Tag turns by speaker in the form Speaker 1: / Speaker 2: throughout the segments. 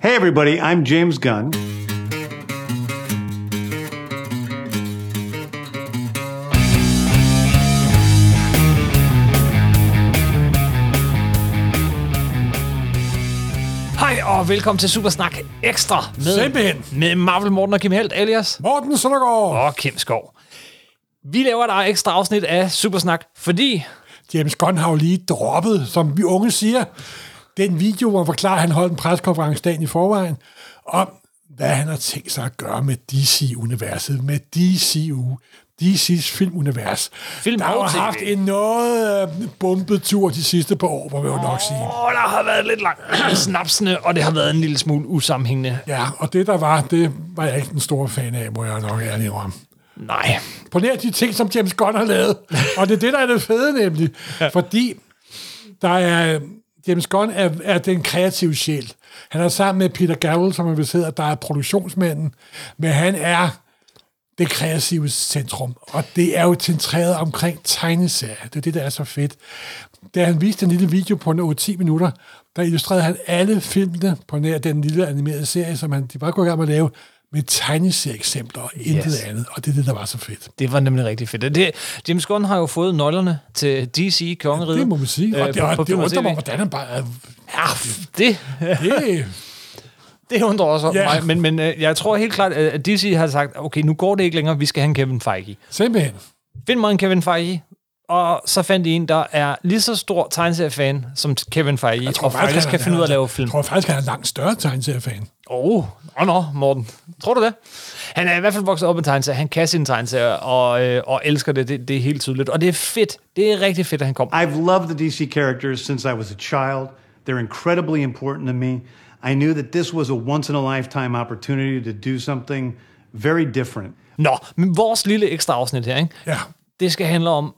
Speaker 1: Hey, everybody, I'm James Gunn.
Speaker 2: Hej og velkommen til Supersnak Ekstra med,
Speaker 3: Simpelthen.
Speaker 2: med Marvel Morten og Kim Helt alias
Speaker 3: Morten Søndergaard.
Speaker 2: og Kim Skov. Vi laver et ekstra afsnit af Supersnak, fordi
Speaker 3: James Gunn har jo lige droppet, som vi unge siger, den video, hvor han forklarer, at han holdt en preskonference dagen i forvejen, om hvad han har tænkt sig at gøre med DC-universet, med DCU, DC's filmunivers.
Speaker 2: Film
Speaker 3: der har jo
Speaker 2: og TV.
Speaker 3: haft en noget øh, bumpet tur de sidste par år, må vi jo nok sige.
Speaker 2: åh, der har været lidt langt snapsende, og det har været en lille smule usammenhængende.
Speaker 3: Ja, og det der var, det var jeg ikke den store fan af, må jeg nok ærlig om.
Speaker 2: Nej,
Speaker 3: på nær de ting, som James Gunn har lavet. Og det er det, der er det fede nemlig. Fordi der er, James Gunn er, er den kreative sjæl. Han er sammen med Peter Gavel, som er vist hedder, der er produktionsmanden. Men han er det kreative centrum. Og det er jo centreret omkring tegneserier. Det er det, der er så fedt. Da han viste en lille video på en 8-10 minutter, der illustrerede han alle filmene på nær den lille animerede serie, som han de bare kunne i gang med at lave, med tegneserieeksempler og intet
Speaker 2: Yes.
Speaker 3: yes. andet. Og det er det, der var så fedt.
Speaker 2: det var nemlig rigtig fedt. Og Det, James Gunn har jo fået nøglerne til DC Kongeriget.
Speaker 3: Det må man sige. Og
Speaker 2: øh,
Speaker 3: det, og det
Speaker 2: film
Speaker 3: undrer
Speaker 2: TV.
Speaker 3: mig, hvordan han bare... er-
Speaker 2: Ja, det,
Speaker 3: Det,
Speaker 2: det undrer også yeah.
Speaker 3: Ja.
Speaker 2: mig. Men, men øh, jeg tror helt klart, at DC har sagt, okay, nu går det ikke længere, vi skal have en Kevin Feige.
Speaker 3: simpelthen.
Speaker 2: Find mig en Kevin Feige. Og så fandt de en, der er lige så stor tegneseriefan som Kevin Feige, jeg tror, og faktisk
Speaker 3: han
Speaker 2: kan
Speaker 3: er-
Speaker 2: finde ud af at lave film.
Speaker 3: Jeg tror faktisk, han er en langt større tegneseriefan.
Speaker 2: Åh, oh, nå, Morten. Tror du det? Han er i hvert fald vokset op med tegneserier. Han kan sine tegneserier og, øh, og elsker det. det. Det er helt tydeligt. Og det er fedt. Det er rigtig fedt, at han kom.
Speaker 1: I've loved the DC characters since I was a child. They're incredibly important to me. I knew that this was a once in a lifetime opportunity to do something very different.
Speaker 2: Nå, men vores lille ekstra afsnit her, ikke?
Speaker 3: Ja.
Speaker 2: det skal handle om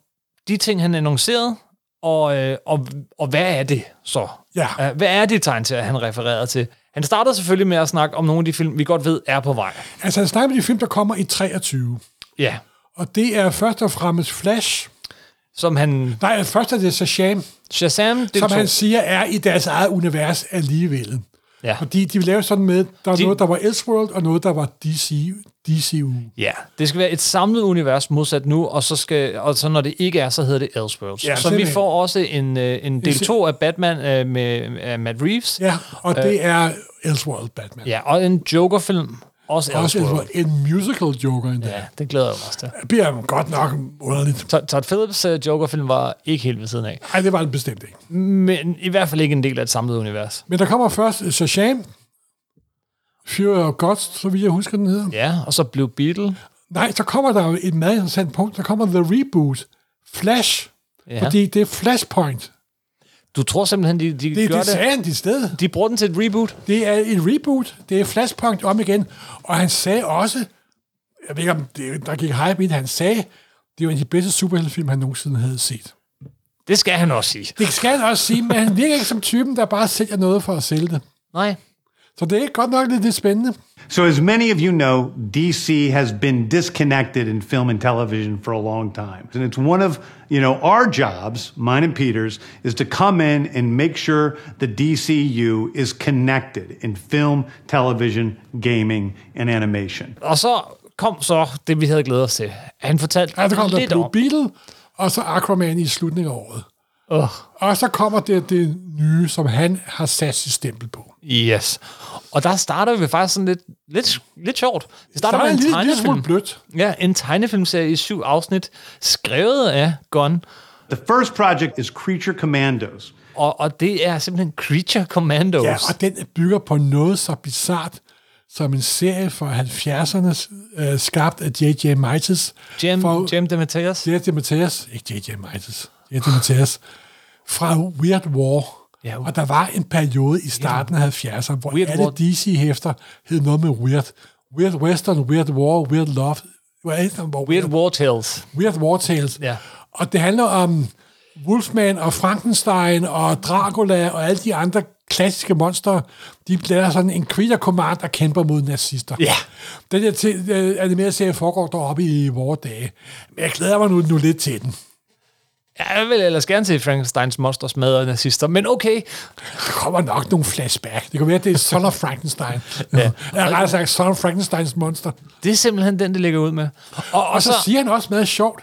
Speaker 2: de ting, han annoncerede, og, øh, og, og hvad er det så?
Speaker 3: Ja.
Speaker 2: Øh, Hvad er det tegneserier, han refererede til? Han starter selvfølgelig med at snakke om nogle af de film, vi godt ved er på vej.
Speaker 3: Altså, han snakker om de film, der kommer i 23.
Speaker 2: Ja,
Speaker 3: Og det er først og fremmest Flash.
Speaker 2: som han...
Speaker 3: Nej, først er det Shazam,
Speaker 2: Shazam, det
Speaker 3: som han siger er i deres eget univers alligevel.
Speaker 2: Ja.
Speaker 3: Fordi de vil lave sådan med, der er
Speaker 2: De-
Speaker 3: de... noget, der var Elseworld, og noget, der var DC, DCU.
Speaker 2: Ja, det skal være et samlet univers modsat nu, og så, skal, og så når det ikke er, så hedder det Elseworlds. så
Speaker 3: Ja,
Speaker 2: vi
Speaker 3: simpelthen.
Speaker 2: får også en, øh, en del
Speaker 3: se-
Speaker 2: 2 af Batman øh, med af Matt Reeves,
Speaker 3: Ja, og det er Elseworld Batman.
Speaker 2: Øh. ja, og en Joker-film, også
Speaker 3: Også
Speaker 2: Elseworld.
Speaker 3: Elseworld. en musical joker endda.
Speaker 2: Ja, det glæder jeg mig også til.
Speaker 3: Det bliver godt nok underligt.
Speaker 2: Todd- Todd Phillips øh, Joker-film var ikke helt ved siden af,
Speaker 3: Ej, det var det bestemt ikke.
Speaker 2: men i hvert fald ikke en del af et samlet univers.
Speaker 3: Men der kommer først øh, Shazam, Fury of Gods, så vidt jeg husker, den hedder. Ja.
Speaker 2: Ja, og så blev Beatle.
Speaker 3: Nej, så kommer der jo et meget interessant punkt. Der kommer The Reboot, Flash,
Speaker 2: Ja.
Speaker 3: ja. fordi det er Flashpoint.
Speaker 2: Du tror simpelthen, de, de
Speaker 3: Det er
Speaker 2: gør
Speaker 3: det,
Speaker 2: det.
Speaker 3: sagde han i sted.
Speaker 2: De bruger den til et reboot.
Speaker 3: Det er et reboot, det er Flashpoint om igen. Og han sagde også, jeg ved ikke om det, der gik hype i det, han sagde, det er jo en af de bedste superheltefilm, han nogensinde havde set.
Speaker 2: Det skal han også sige.
Speaker 3: Det skal han også sige, men han virker ikke som typen, der bare sælger noget for at sælge det.
Speaker 2: Nej,
Speaker 3: Så det er godt nok lidt, lidt spændende.
Speaker 1: So, as many of you know, DC has been disconnected in film and television for a long time. And it's one of, you know, our jobs, mine and Peter's, is to come in and make sure the DCU is connected in film, television, gaming, and animation.
Speaker 2: Og så kom så det, vi havde glædet os til. Han fortalte
Speaker 3: Ja, der kommer der
Speaker 2: lidt
Speaker 3: Blue
Speaker 2: om...
Speaker 3: Beetle, og så Aquaman i slutningen af året.
Speaker 2: Åh,
Speaker 3: Og så kommer det, det nye, som han har sat sit stempel på.
Speaker 2: yes. Og der starter vi faktisk sådan lidt, lidt, lidt sjovt. Vi
Speaker 3: Der
Speaker 2: starter
Speaker 3: er
Speaker 2: med
Speaker 3: en
Speaker 2: en
Speaker 3: lille, lille smule
Speaker 2: tegnefilm.
Speaker 3: blødt.
Speaker 2: Ja, en tegnefilmserie i syv afsnit, skrevet af Gunn.
Speaker 1: The first project is Creature Commandos.
Speaker 2: Og, og det er simpelthen Creature Commandos.
Speaker 3: Ja, og den bygger på noget så bizart som en serie fra 70'erne, øh, skabt af J.J. Mites.
Speaker 2: Jim,
Speaker 3: fra,
Speaker 2: Jim DeMatteis.
Speaker 3: J.J. Mathias, ikke J.J. Mites, J.J. Mathias, fra Weird War.
Speaker 2: Ja.
Speaker 3: og der var en periode i starten af 70'erne, hvor
Speaker 2: Weird
Speaker 3: Weird alle
Speaker 2: War.
Speaker 3: DC-hæfter hed noget med Weird. Weird Western, Weird War, Weird Love. Weird,
Speaker 2: Weird War Tales.
Speaker 3: Weird War Tales.
Speaker 2: Ja.
Speaker 3: Og det handler om Wolfman og Frankenstein og Dracula og alle de andre klassiske monstre. De blander sådan en Creature Command, der kæmper mod nazister.
Speaker 2: Ja.
Speaker 3: Den her til, øh, animerede serie foregår deroppe i vore dage. Men jeg glæder mig nu, nu lidt til den.
Speaker 2: Jeg vil ellers gerne se Frankensteins monster smadre nazister, men okay.
Speaker 3: Der kommer nok nogle flashback. Det kan være, at det er Son of Frankenstein. ja. Jeg har sagt Son of Frankensteins monster.
Speaker 2: Det er simpelthen den, det ligger ud med.
Speaker 3: Og, og så, så siger han også meget sjovt,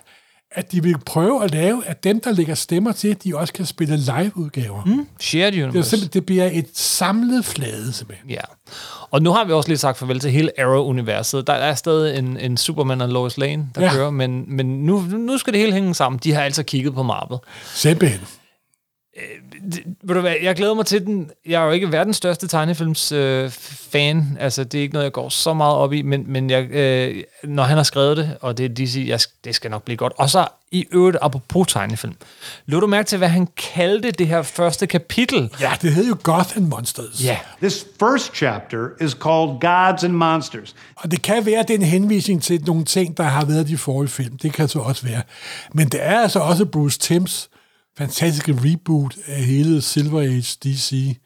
Speaker 3: at de vil prøve at lave, at dem, der lægger stemmer til, de også kan spille live-udgaver. Mm.
Speaker 2: Shared
Speaker 3: Det, er
Speaker 2: Universe.
Speaker 3: simpelthen, det bliver et samlet flade, simpelthen.
Speaker 2: Ja. Og nu har vi også lige sagt farvel til hele Arrow-universet. Der er stadig en, en Superman og Lois Lane, der ja.
Speaker 3: Ja.
Speaker 2: kører, men, men nu, nu skal det hele hænge sammen. De har altså kigget på Marvel.
Speaker 3: Simpelthen.
Speaker 2: Ved du hvad, jeg glæder mig til den. Jeg er jo ikke verdens største tegnefilms øh, fan. Altså, det er ikke noget, jeg går så meget op i, men, men jeg, øh, når han har skrevet det, og det er DC, jeg, sk- det skal nok blive godt. Og så i øvrigt, apropos tegnefilm. Lod du mærke til, hvad han kaldte det her første kapitel?
Speaker 3: Ja, det hed jo Gotham Monsters.
Speaker 2: Ja.
Speaker 1: This first chapter is called Gods and Monsters.
Speaker 3: Og det kan være, at det er en henvisning til nogle ting, der har været i de forrige film. Det kan så også være. Men det er altså også Bruce Timms fantastiske reboot af hele Silver Age DC.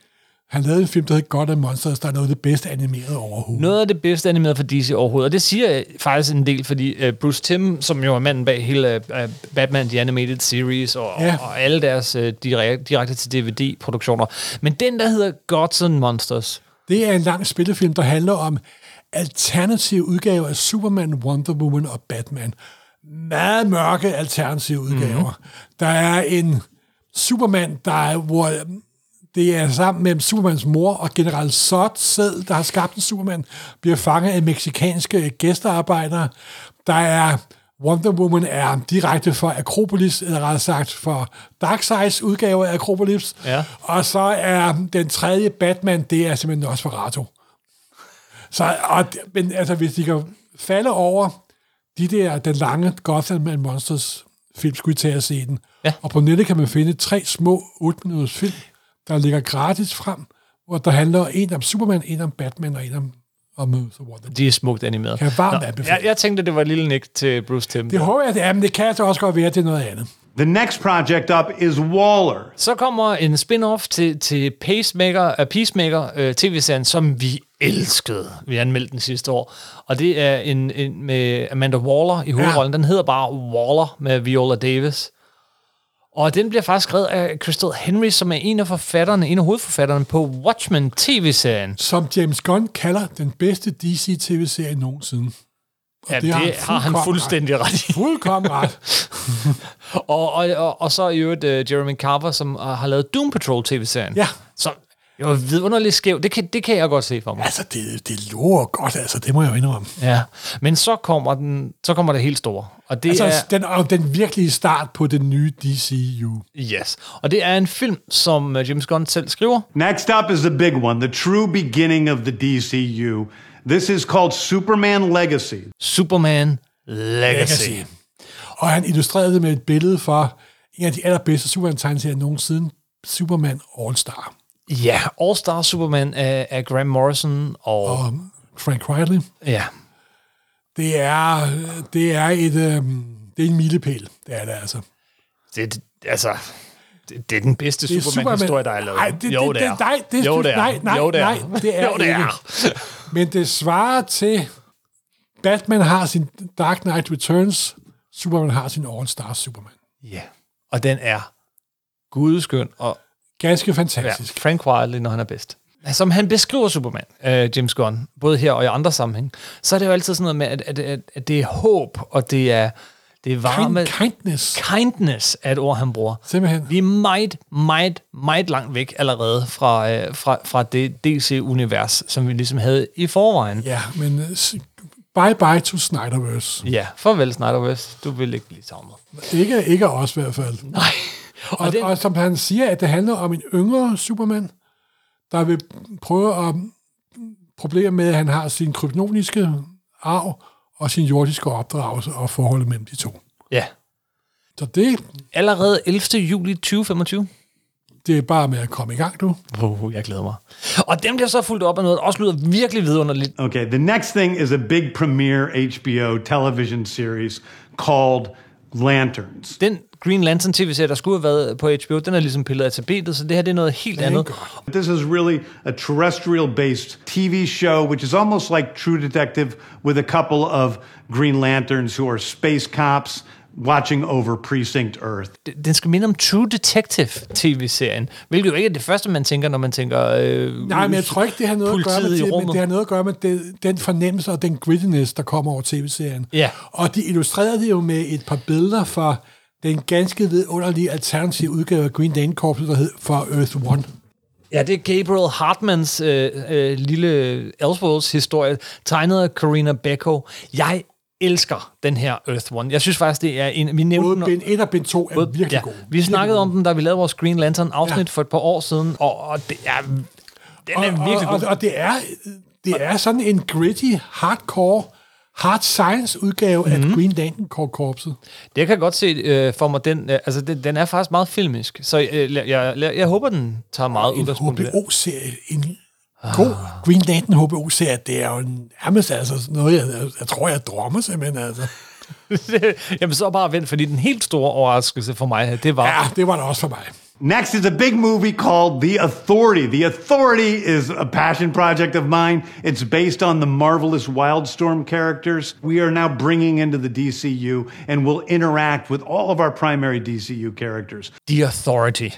Speaker 3: Han lavede en film, der hedder God of Monsters, der er noget af det bedste animeret overhovedet.
Speaker 2: Noget af det bedste animeret for DC overhovedet, og det siger jeg faktisk en del, fordi øh, Bruce Timm, som jo er manden bag hele øh, øh, Batman The Animated Series og, ja.
Speaker 3: Ja.
Speaker 2: og alle deres øh, direk- direkte til DVD-produktioner. Men den, der hedder Gods and Monsters,
Speaker 3: Det er en lang spillefilm, der handler om alternative udgaver af Superman, Wonder Woman og Batman. Meget mørke alternative udgaver. Mm-hmm. Der er en Superman, der er, hvor øhm, det er sammen med Supermans mor og general Zod selv, der har skabt en Superman, bliver fanget af meksikanske gæstearbejdere. Der er Wonder Woman er direkte fra Akropolis, eller rettere sagt for Darkseid's udgave af Akropolis.
Speaker 2: Ja.
Speaker 3: Og så er den tredje Batman, det er simpelthen også Ferrato. Så, og, men altså, hvis de kan falde over de der, den lange Gotham and Monsters film, skulle I tage og se den.
Speaker 2: Ja.
Speaker 3: Og på nettet kan man finde tre små 8-minutters film, der ligger gratis frem, hvor der handler en om Superman, en om Batman og en om, om øh, så hvor det
Speaker 2: de er smukt animeret.
Speaker 3: kan jeg varmt anbefale.
Speaker 2: Jeg, jeg tænkte, det var et lille nik til Bruce Timm.
Speaker 3: Det håber jeg, det er, men det kan altså også godt være, det er noget andet.
Speaker 1: The next project up is Waller.
Speaker 2: Så kommer en spin-off til, til Pacemaker, uh, Peacemaker øh, tv-serien, som vi elskede. Vi anmeldte den sidste år. Og det er en, en med Amanda Waller i hovedrollen. Den hedder bare Waller med Viola Davis. Og den bliver faktisk skrevet af Crystal Henry, som er en af forfatterne, en af hovedforfatterne på Watchmen tv-serien.
Speaker 3: Som James Gunn kalder den bedste DC-tv-serie nogensinde. Og
Speaker 2: Ja, det, det har han fuldstændig ret i.
Speaker 3: Ret. Fuldkommen ret.
Speaker 2: Og, og, og, og så i øvrigt uh, Jeremy Carver, som uh, har lavet Doom Patrol-tv-serien.
Speaker 3: Ja.
Speaker 2: Som jo er vidunderligt skæv. Det kan, det kan jeg godt se for mig.
Speaker 3: Altså, det, det lover godt, altså, det må jeg jo indrømme.
Speaker 2: Ja, men så kommer, den, så kommer det helt store. Og det
Speaker 3: Altså,
Speaker 2: er,
Speaker 3: den, og den virkelige start på den nye DCU.
Speaker 2: yes. og det er en film, som øh, James Gunn selv skriver.
Speaker 1: Next up is the big one, the true beginning of the DCU. This is called Superman Legacy.
Speaker 2: Superman Legacy. Legacy.
Speaker 3: Og han illustrerede det med et billede fra en af de allerbedste Superman-tegneserier nogensinde, Superman All-Star.
Speaker 2: Ja, All-Star Superman af, af Graham Morrison. Og, og.
Speaker 3: Og Frank Quietly,
Speaker 2: Ja.
Speaker 3: det er, det er, et, øhm, det er en milepæl, det er det altså.
Speaker 2: Det, det, altså, det, det er den bedste
Speaker 3: Det er
Speaker 2: Superman-historie, der er lavet.
Speaker 3: Nej, det,
Speaker 2: jo,
Speaker 3: det,
Speaker 2: det er.
Speaker 3: det, nej, det,
Speaker 2: jo, det er.
Speaker 3: Nej, nej,
Speaker 2: jo, det er.
Speaker 3: nej, det er
Speaker 2: jo, det
Speaker 3: ikke.
Speaker 2: er.
Speaker 3: Men det svarer til, Batman har sin Dark Knight Returns, Superman har sin All-Star Superman.
Speaker 2: Ja, og den er gudskøn og
Speaker 3: Ganske
Speaker 2: Ja,
Speaker 3: fantastisk.
Speaker 2: Frank Wiley, når han er bedst. Som han beskriver Superman, øh, James Gunn, både her og i andre sammenhæng, så er det jo altid sådan noget med, at, at, at, at det er håb, og det er, det er varme...
Speaker 3: Kind, kindness.
Speaker 2: kindness er et ord, han bruger.
Speaker 3: Simpelthen.
Speaker 2: Vi er meget, meget, meget langt væk allerede fra, øh, fra, fra det DC-univers, som vi ligesom havde i forvejen.
Speaker 3: Ja, men øh, s- bye bye to Snyderverse.
Speaker 2: Ja, farvel Snyder West. Du vil ikke blive savnet.
Speaker 3: Ikke, ikke os i hvert fald.
Speaker 2: Nej.
Speaker 3: Og,
Speaker 2: Og den,
Speaker 3: og som han siger, at det handler om en yngre Superman, der vil prøve at problemer med, at han har sin kryptoniske arv og sin jordiske opdragelse og forholdet mellem de to.
Speaker 2: ja.
Speaker 3: Så det,
Speaker 2: Allerede 11. juli 2025.
Speaker 3: det er bare med at komme i gang, du.
Speaker 2: Wow, jeg glæder mig. Og dem bliver så fuldt op af noget, der også lyder virkelig vidunderligt.
Speaker 1: Okay, the next thing is a big premiere HBO television series called Lanterns.
Speaker 2: den Green Lantern tv-serie, der skulle have været på HBO, den er ligesom pillet af tabetet, så det her det er noget helt andet.
Speaker 1: This is really a terrestrial based TV show, which is almost like True Detective with a couple of Green Lanterns who are space cops watching over Precinct Earth.
Speaker 2: Den skal minde om True Detective-tv-serien, hvilket jo ikke er det første, man tænker, når man tænker... Øh,
Speaker 3: Nej, men jeg tror ikke, det har noget at gøre
Speaker 2: Politiet i
Speaker 3: med, det, men
Speaker 2: rummet.
Speaker 3: det har noget at gøre med det, den fornemmelse og den grittiness, der kommer over tv-serien.
Speaker 2: Ja.
Speaker 3: Og de illustrerede det jo med et par billeder fra den ganske vidunderlige alternative udgave af Green Lane Corps, der hed For Earth One.
Speaker 2: Ja, det er Gabriel Hartmans øh, øh, lille Elseworlds-historie, tegnet af Karina Becco. Jeg elsker den her Earth One. Jeg synes faktisk, det er en... Vi nævnte
Speaker 3: Både
Speaker 2: den-
Speaker 3: bind 1 og bind 2 er virkelig
Speaker 2: ja,
Speaker 3: gode.
Speaker 2: Vi snakkede om den, da vi lavede vores Green Lantern-afsnit
Speaker 3: Ja.
Speaker 2: ja. for et par år siden, og, og det er... Den er virkelig
Speaker 3: og,
Speaker 2: god.
Speaker 3: og, og det er det er sådan en gritty, hardcore, hard science udgave af Green Lantern Corps korpset.
Speaker 2: Det kan jeg godt se øh, for mig. Den, øh, altså, den, den er faktisk meget filmisk, så øh, jeg, jeg, jeg, jeg håber, den tager meget
Speaker 3: En
Speaker 2: udgangspunkt i det.
Speaker 3: HBO-serie, en god Green Lantern HBO-serie, det er jo nærmest altså sådan noget, jeg, jeg, jeg tror, jeg drømmer simpelthen. Altså.
Speaker 2: Jamen, så bare vent, fordi den helt store overraskelse for mig, det var...
Speaker 3: Ja, det var det også for mig.
Speaker 1: Next is a big movie called The Authority. The Authority is a passion project of mine. It's based on the marvelous Wildstorm characters we are now bringing into the DCU and will interact with all of our primary DCU characters.
Speaker 2: The Authority.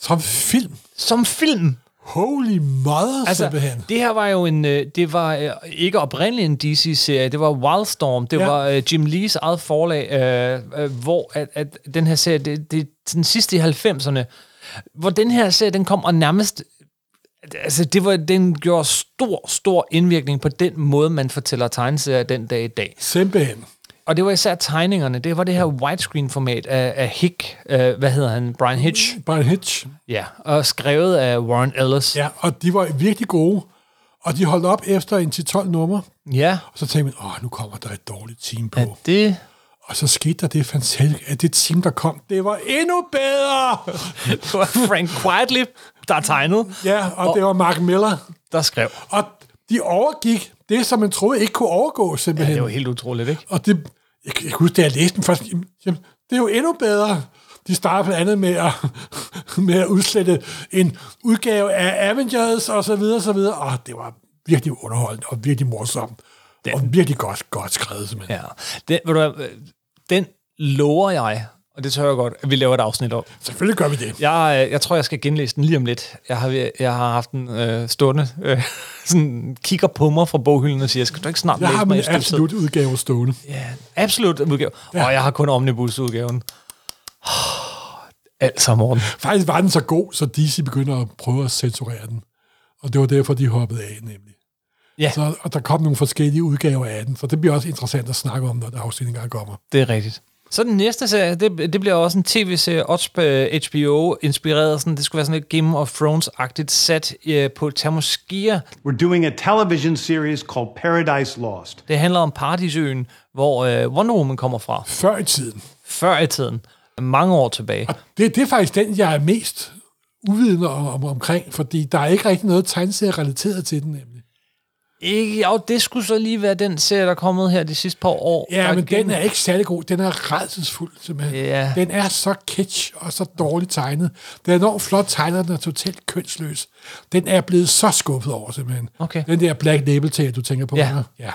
Speaker 3: Som film.
Speaker 2: Som film
Speaker 3: Holy mother, altså, simpelthen.
Speaker 2: det her var jo en, øh, det var øh, ikke oprindeligt en DC-serie, det var Wildstorm, det
Speaker 3: Ja.
Speaker 2: ja. var øh, Jim Lees eget forlag, øh, øh, hvor at, at den her serie, det, det er den sidste i 90'erne, hvor den her serie, den kom og nærmest, altså det var, den gjorde stor, stor indvirkning på den måde, man fortæller tegneserier den dag i dag.
Speaker 3: Simpelthen.
Speaker 2: Og det var især tegningerne, det var det her widescreen-format af, af Hick, øh, hvad hedder han, Brian Hitch,
Speaker 3: Brian Hitch.
Speaker 2: ja, og skrevet af Warren Ellis.
Speaker 3: Ja, og de var virkelig gode. Og de holdt op efter en til 12 nummer.
Speaker 2: ja.
Speaker 3: Og så tænkte man, åh, nu kommer der et dårligt team på.
Speaker 2: Er det
Speaker 3: Og så skete der det fantastiske, at det team, der kom, det var endnu bedre.
Speaker 2: Det var Frank Quietly, der tegnede,
Speaker 3: Ja, og, og det var Mark Miller.
Speaker 2: der skrev.
Speaker 3: Og de overgik det, som man troede ikke kunne overgå, simpelthen.
Speaker 2: Det
Speaker 3: Ja,
Speaker 2: var helt utroligt, ikke?
Speaker 3: Og det, jeg, jeg kan huske, da jeg læste den først, jamen, jamen, det er jo endnu bedre. De starter blandt andet med at, med at udslette en udgave af Avengers og så videre, så videre. Og det var virkelig underholdende og virkelig morsomt. Den. Og virkelig godt, godt skrevet, simpelthen.
Speaker 2: Ja. Den, ved du, hvad, øh, den lover jeg, og det tør jeg godt, at vi laver et afsnit om.
Speaker 3: Selvfølgelig gør vi det.
Speaker 2: Jeg, øh, jeg tror, jeg skal genlæse den lige om lidt. Jeg har, ved- jeg har haft den øh, stående, øh, sådan kigger på mig fra boghylden og siger, skal du ikke snart
Speaker 3: Jeg
Speaker 2: læse
Speaker 3: har
Speaker 2: mig
Speaker 3: min
Speaker 2: et stykke tid?"
Speaker 3: absolut udgave stående.
Speaker 2: Ja, absolut udgave. Og jeg har kun omnibus-udgaven. Altså, Morten.
Speaker 3: Faktisk var den så god, så DC begynder at prøve at censurere den. Og det var derfor, de hoppede af, nemlig.
Speaker 2: Ja.
Speaker 3: Så, og der kom nogle forskellige udgaver af den, så det bliver også interessant at snakke om, når der afsnitning engang kommer.
Speaker 2: Det er rigtigt. Så den næste serie, det, det bliver også en tv-serie, også på øh, HBO, inspireret sådan, det skulle være sådan et Game of Thrones-agtigt sat øh, på Tamoskia.
Speaker 1: We're doing a television series called Paradise Lost.
Speaker 2: Det handler om Paradisøen, hvor øh, Wonder Woman kommer fra,
Speaker 3: Før i tiden.
Speaker 2: før i tiden, mange år tilbage.
Speaker 3: Og det, det er faktisk den, jeg er mest uvidende om, om, omkring, fordi der er ikke rigtig noget tegneserie relateret til den, nemlig.
Speaker 2: Ikke, jo, det skulle så lige være den serie, der er kommet her de sidste par år.
Speaker 3: Ja,
Speaker 2: Der
Speaker 3: men
Speaker 2: igen-
Speaker 3: den er ikke særlig god. Den er redselsfuld, simpelthen.
Speaker 2: Ja.
Speaker 3: Den er så kitsch og så dårligt tegnet. Den er enormt flot tegnet, og den er totalt kønsløs. Den er blevet så skuffet over, simpelthen.
Speaker 2: Okay.
Speaker 3: Den der Black Label tag, du tænker på.
Speaker 2: Ja.
Speaker 3: her. ja.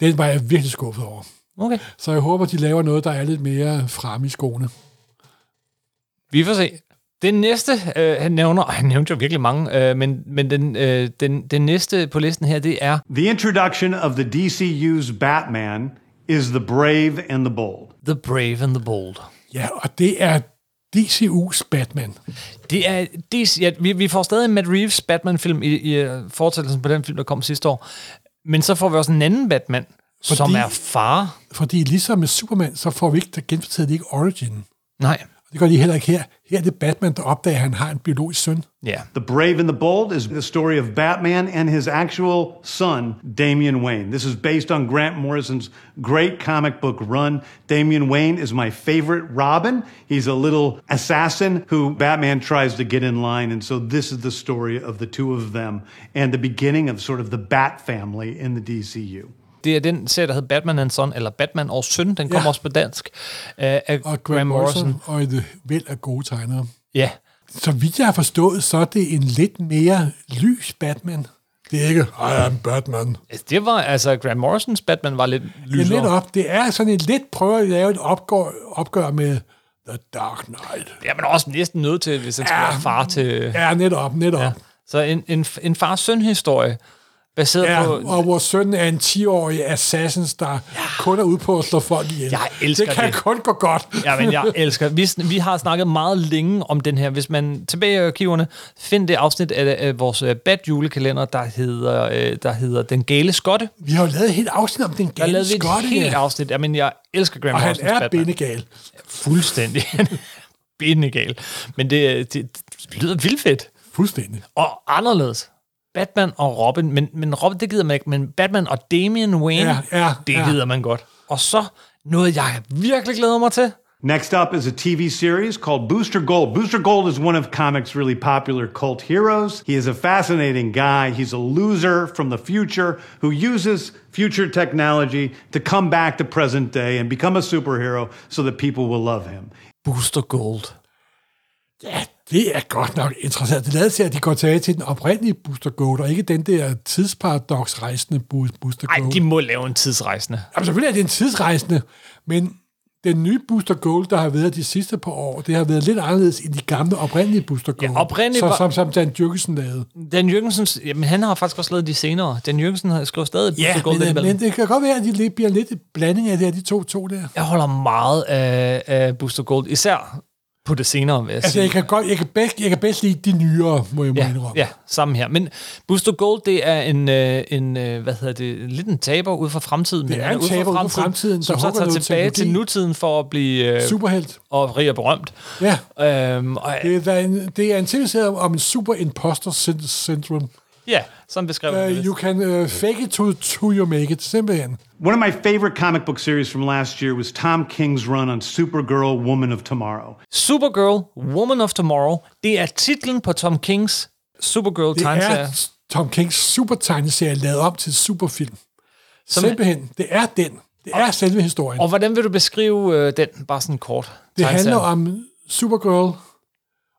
Speaker 3: Den var jeg virkelig skuffet over.
Speaker 2: Okay,
Speaker 3: Så jeg håber, de laver noget, der er lidt mere fremme i skoene.
Speaker 2: vi får se. Den næste, øh, han nævner, og han nævnte jo virkelig mange, øh, men, men den, øh, den, den næste på listen her, det er
Speaker 1: The introduction of the DCU's Batman is The Brave and the Bold.
Speaker 2: The Brave and the Bold.
Speaker 3: Ja, og det er DCU's Batman.
Speaker 2: Det er, det, ja, vi, vi får stadig en Matt Reeves Batman-film i, i øh, fortsættelsen på den film, der kom sidste år. Men så får vi også en anden Batman, Fordi... som er far.
Speaker 3: Fordi ligesom med Superman, så får vi ikke, genfortalt de ikke origin.
Speaker 2: Nej.
Speaker 3: Det gør de heller ikke her. Her er det Batman, der opdager, at han har en biologisk søn.
Speaker 2: Ja.
Speaker 1: The Brave and the Bold is the story of Batman and his actual son, Damian Wayne. This is based on Grant Morrison's great comic book run. Damian Wayne is my favorite Robin. He's a little assassin who Batman tries to get in line. And so this is the story of the two of them and the beginning of sort of the Bat family in the DCU.
Speaker 2: Det er den serie, der hedder Batman and Son, eller Batman og Søn. Den kommer
Speaker 3: Ja.
Speaker 2: også på dansk. Øh, af
Speaker 3: Og Graham Morrison, Morrison. og et væld af gode tegnere.
Speaker 2: Ja.
Speaker 3: Så vidt jeg har forstået, så er det en lidt mere lys Batman. Det er ikke, I am Batman.
Speaker 2: Altså, Det var, altså, Grant Morrisons Batman var lidt
Speaker 3: Det er
Speaker 2: lysere.
Speaker 3: lidt op. Det er sådan en lidt prøver at lave et opgør, opgør med The Dark Knight.
Speaker 2: Det er man også næsten nødt til, hvis han skal
Speaker 3: Ja.
Speaker 2: være far til...
Speaker 3: Ja, netop, netop. Ja.
Speaker 2: Så en, en, en far-søn-historie, baseret
Speaker 3: Ja,
Speaker 2: på...
Speaker 3: og hvor sønnen er en 10-årig assassins, der ja. kun er ude på at slå folk ihjel.
Speaker 2: Jeg elsker
Speaker 3: det. kan
Speaker 2: det.
Speaker 3: kun gå godt.
Speaker 2: Ja, men jeg elsker. Vi, sn- vi har snakket meget længe om den her. Hvis man tilbage i arkiverne, find det afsnit af, af vores bad julekalender, der hedder, øh, der hedder Den Gale Skotte.
Speaker 3: Vi har jo lavet et helt afsnit om den
Speaker 2: Der
Speaker 3: gale
Speaker 2: lavede vi
Speaker 3: skotte.
Speaker 2: et helt
Speaker 3: ja.
Speaker 2: afsnit. Jamen, jeg elsker Graham
Speaker 3: Og han
Speaker 2: Morrisons
Speaker 3: er
Speaker 2: Batman.
Speaker 3: bindegal.
Speaker 2: Fuldstændig. Han er Bindegal. Men det, det, det lyder vildt fedt.
Speaker 3: Fuldstændig.
Speaker 2: Og anderledes. Batman og Robin, men, men Robin, det gider man ikke, men Batman og Damian Wayne,
Speaker 3: Ja, ja,
Speaker 2: det
Speaker 3: ja.
Speaker 2: gider man godt. Og så noget, jeg virkelig glæder mig til.
Speaker 1: Next up is a TV series called Booster Gold. Booster Gold is one of comics' really popular cult heroes. He is a fascinating guy. He's a loser from the future who uses future technology to come back to present day and become a superhero so that people will love him.
Speaker 2: Booster Gold.
Speaker 3: Ja, det er godt nok interessant. Det lader til, at de går tilbage til den oprindelige Booster Gold, og ikke den der tidsparadox-rejsende Bu- Booster
Speaker 2: Ej,
Speaker 3: Gold.
Speaker 2: de må lave en tidsrejsende.
Speaker 3: Jamen, selvfølgelig er det en tidsrejsende, men den nye Booster Gold, der har været de sidste par år, det har været lidt anderledes end de gamle oprindelige Booster Gold,
Speaker 2: oprindeligt
Speaker 3: så,
Speaker 2: var-
Speaker 3: som, som Dan Jørgensen lavede.
Speaker 2: Dan Jørgensen, jamen han har faktisk også lavet de senere. Dan Jørgensen har skrevet stadig Booster Gold
Speaker 3: men,
Speaker 2: indimellem.
Speaker 3: men det kan godt være, at de lidt, bliver lidt en blanding af det her, de to to der.
Speaker 2: Jeg holder meget af, af Booster Gold, især på det senere, vil jeg
Speaker 3: Altså,
Speaker 2: sige.
Speaker 3: jeg kan, godt, jeg kan, bedst, jeg kan bedst lide de nyere, må jeg ja, indrømme.
Speaker 2: Ja, sammen her. Men Booster Gold, det er en, øh, en øh, hvad hedder det, lidt en taber ude fra fremtiden. men
Speaker 3: er
Speaker 2: han
Speaker 3: en taber ude fra fremtiden,
Speaker 2: som
Speaker 3: der
Speaker 2: så
Speaker 3: hugger
Speaker 2: tager
Speaker 3: noget
Speaker 2: tilbage
Speaker 3: teknologi.
Speaker 2: til nutiden for at blive øh,
Speaker 3: Superhelt.
Speaker 2: og rig og berømt.
Speaker 3: Ja.
Speaker 2: Øhm, og,
Speaker 3: Det er, der er en, det er en tv-serie om en super imposter syn- syndrome.
Speaker 2: ja, som beskrevet.
Speaker 3: Uh, you can uh, fake it to, to you make it, simpelthen.
Speaker 1: One of my favorite comic book series from last year was Tom King's run on Supergirl Woman of Tomorrow.
Speaker 2: Supergirl, Woman of Tomorrow, det er titlen på Tom Kings Supergirl
Speaker 3: Det
Speaker 2: tegneserie.
Speaker 3: er Tom Kings super tegneserie lavet om til superfilm. Som simpelthen, det er den. Det er selve historien.
Speaker 2: Og hvordan vil du beskrive øh, den, bare sådan kort?
Speaker 3: Det handler
Speaker 2: tegneserie?
Speaker 3: om Supergirl,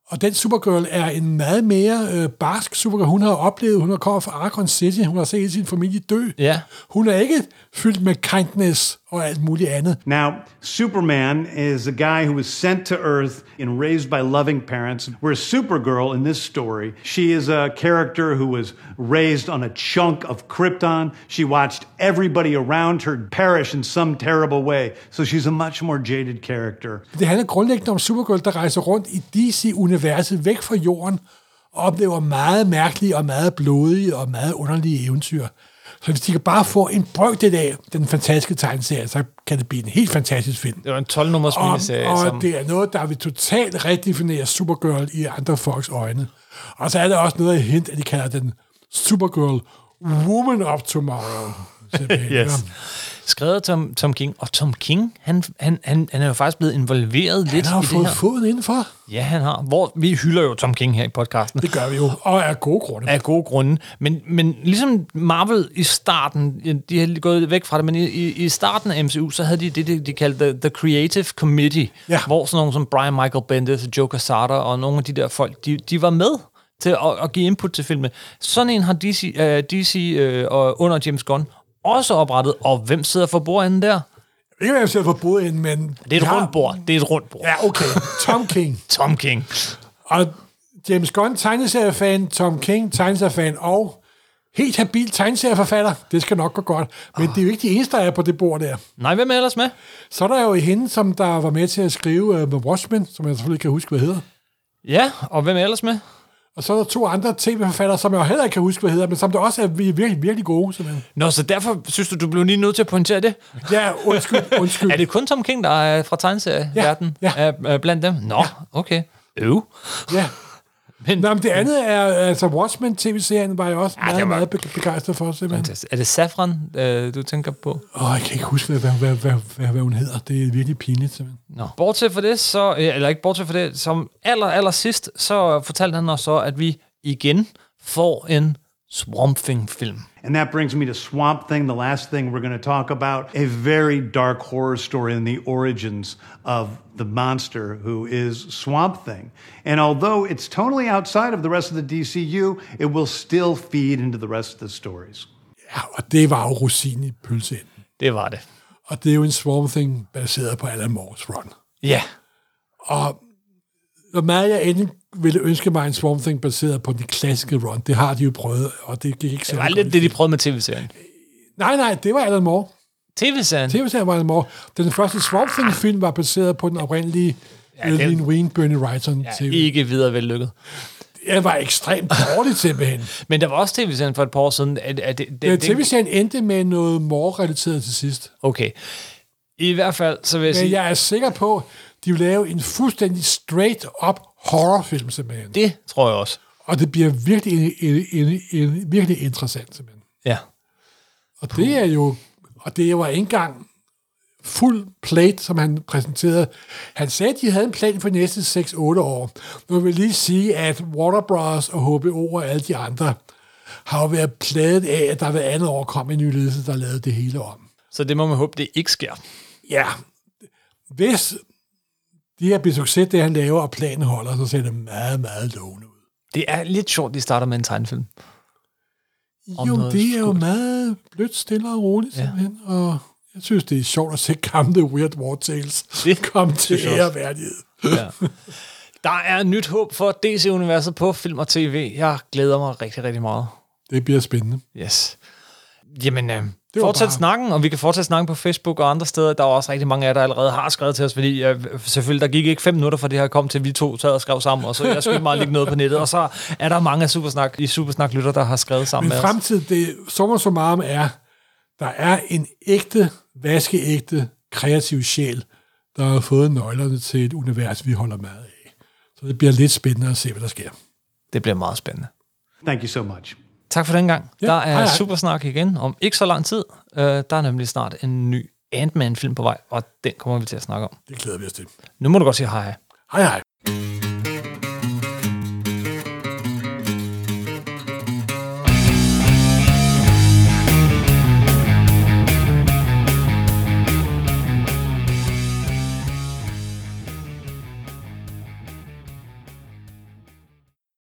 Speaker 3: og den Supergirl er en meget mere øh, barsk Supergirl. Hun har oplevet, hun har kommet fra Arkham City, hun har set sin familie dø.
Speaker 2: Ja.
Speaker 3: Hun er ikke fyldt med kindness og alt muligt andet.
Speaker 1: Now, Superman is a guy who was sent to Earth and raised by loving parents. Whereas Supergirl in this story, she is a character who was raised on a chunk of Krypton. She watched everybody around her perish in some terrible way. So she's a much more jaded character.
Speaker 3: Det handler grundlæggende om Supergirl, der rejser rundt i DC-universet væk fra jorden og oplever meget mærkelige og meget blodige og meget underlige eventyr. Så hvis de kan bare få en brøkdel af den fantastiske tegneserie, så kan det blive en helt fantastisk film.
Speaker 2: Det var en 12-nummers
Speaker 3: Og,
Speaker 2: miniserie, som...
Speaker 3: og det er noget, der vil totalt redefinere Supergirl i andre folks øjne. Og så er der også noget af hint, at de kalder den Supergirl Woman of Tomorrow. Simpelthen.
Speaker 2: Yes. Skrevet af Tom, Tom King. Og Tom King, han, han, han, han er jo faktisk blevet involveret
Speaker 3: Han
Speaker 2: lidt
Speaker 3: har
Speaker 2: i det
Speaker 3: fået
Speaker 2: her.
Speaker 3: foden indenfor.
Speaker 2: Ja, han har. Hvor, vi hylder jo Tom King her i podcasten.
Speaker 3: Det gør vi jo, og er gode grunde.
Speaker 2: af gode grunde. Men, men ligesom Marvel i starten, de har gået væk fra det, men i, i i starten af MCU, så havde de det, de, de kaldte the, the Creative Committee,
Speaker 3: Ja.
Speaker 2: hvor sådan nogle som Brian Michael Bendis, Joe Quesada og nogle af de der folk, de, de var med til at, at give input til filmen. Sådan en har DC, uh, DC uh, og under James Gunn også oprettet, og hvem sidder for bordenden der?
Speaker 3: Ikke hvad jeg ser på bordenden, men...
Speaker 2: Det er et
Speaker 3: Ja,
Speaker 2: rundt bord. Det er et rundt bord.
Speaker 3: Ja, okay. Tom King.
Speaker 2: Tom King.
Speaker 3: Og James Gunn, tegneseriefan, Tom King, tegneseriefan og helt habil tegneserieforfatter. Det skal nok gå godt. Men det er jo ikke de eneste, der er på det bord der.
Speaker 2: Nej, hvem er ellers med?
Speaker 3: Så er der jo hende, som der var med til at skrive uh, The Watchmen, som jeg selvfølgelig ikke kan huske, hvad hedder.
Speaker 2: Ja, og hvem er ellers med?
Speaker 3: Og så er der to andre tv-forfattere, som jeg heller ikke kan huske, hvad hedder, men som der også er vir- virkelig, virkelig gode. Simpelthen.
Speaker 2: Nå, så derfor synes du, du blev lige nødt til at pointere det?
Speaker 3: Ja, undskyld, undskyld.
Speaker 2: Er det kun Tom King, der er fra tegneserieverdenen?
Speaker 3: Ja, ja.
Speaker 2: Er, er blandt dem? Nå, okay. Øv.
Speaker 3: Ja.
Speaker 2: Men-
Speaker 3: Men, Nå, men det andet er, altså Watchmen tv-serien var jeg også ja,
Speaker 2: det
Speaker 3: meget,
Speaker 2: var-
Speaker 3: meget be- begejstret for, simpelthen.
Speaker 2: Er det Safran, øh, du tænker på?
Speaker 3: Åh, oh, jeg kan ikke huske, hvad, hvad, hvad, hvad, hvad, hvad hun hedder. Det er virkelig pinligt, simpelthen.
Speaker 2: Nå. Bortset fra det, så, øh, eller ikke bortset fra det, som aller, aller sidst, så fortalte han os så, at vi igen får en Swamp Thing-film.
Speaker 1: And that brings me to Swamp Thing, the last thing we're going to talk about. A very dark horror story in the origins of the monster who is Swamp Thing. And although it's totally outside of the rest of the DCU, it will still feed into the rest of the stories.
Speaker 3: Ja, og det var jo rosin i pølseenden.
Speaker 2: Det var det.
Speaker 3: Og det er jo en Swamp Thing baseret på Alan Moore's run.
Speaker 2: Ja,
Speaker 3: Hvor meget jeg endelig ville ønske mig en Swamp Thing baseret på den klassiske run, det har de jo prøvet, og det gik ikke så
Speaker 2: det var lidt det, de prøvede med tv-serien.
Speaker 3: Nej, nej, det var Alan Moore.
Speaker 2: TV-serien?
Speaker 3: TV-serien var Alan Moore. Den første Swamp Thing-film var baseret på den oprindelige ja,
Speaker 2: den-
Speaker 3: Lin Wayne, Bernie Wrightson. Ja,
Speaker 2: Ja, ikke videre vellykket.
Speaker 3: Jeg var ekstremt dårlig simpelthen.
Speaker 2: Men der var også tv-serien for et par år siden. At, at det, det,
Speaker 3: Ja,
Speaker 2: det-
Speaker 3: TV-serien endte med noget Moore-relateret til sidst.
Speaker 2: Okay. I hvert fald, så vil jeg sige,
Speaker 3: Men
Speaker 2: ja.
Speaker 3: jeg er sikker på, de vil lave en fuldstændig straight-up horrorfilm simpelthen.
Speaker 2: det tror jeg også.
Speaker 3: Og det bliver virkelig, en, en, en, en, virkelig interessant simpelthen.
Speaker 2: Ja.
Speaker 3: Og det er jo, og det var ikke engang fuld plate, som han præsenterede. Han sagde, at de havde en plan for næste 6-8 år. Nu vil jeg lige sige, at Warner Bros. og HBO og alle de andre har jo været pladet af, at der ved andet år kom en ny ledelse, der lavede det hele om.
Speaker 2: Så det må man håbe, det ikke sker.
Speaker 3: Ja, hvis det her bliver succes, det han laver, og planen holder, så ser det meget, meget lovende ud.
Speaker 2: Det er lidt sjovt, de starter med en tegnefilm. Om
Speaker 3: Jo,
Speaker 2: noget
Speaker 3: det er jo
Speaker 2: skudt.
Speaker 3: meget blødt, stille og roligt, ja. simpelthen. Og jeg synes, det er sjovt at se gamle Weird War Tales
Speaker 2: Det
Speaker 3: komme til
Speaker 2: jeg også.
Speaker 3: æreværdighed.
Speaker 2: Ja. Der er nyt håb for DC-universet på film og tv. Jeg glæder mig rigtig, rigtig meget.
Speaker 3: Det bliver spændende.
Speaker 2: Yes. Jamen, øh,
Speaker 3: Det var
Speaker 2: fortsæt bare...
Speaker 3: bare-
Speaker 2: snakken, og vi kan fortsætte snakken på Facebook og andre steder. Der er også rigtig mange af jer, der allerede har skrevet til os, fordi øh, selvfølgelig, der gik ikke fem minutter fra det her kom til, at vi to sad og skrev sammen, og så jeg skyndte mig at lægge noget på nettet, og så er der mange af Supersnak, i Supersnak-lytter, der har skrevet sammen
Speaker 3: Men
Speaker 2: med os.
Speaker 3: fremtid, det sommer så meget er, der er en ægte, vaskeægte, kreativ sjæl, der har fået nøglerne til et univers, vi holder meget af. Så det bliver lidt spændende at se, hvad der sker.
Speaker 2: Det bliver meget spændende.
Speaker 1: Thank you so much.
Speaker 2: Tak for den gang.
Speaker 3: Ja,
Speaker 2: der er
Speaker 3: hej, hej.
Speaker 2: Supersnak igen om ikke så lang tid. Øh, der er nemlig snart en ny Ant-Man-film på vej, og den kommer vi til at snakke om.
Speaker 3: Det glæder vi os til.
Speaker 2: Nu må du godt sige hej. hej.
Speaker 3: Hej hej.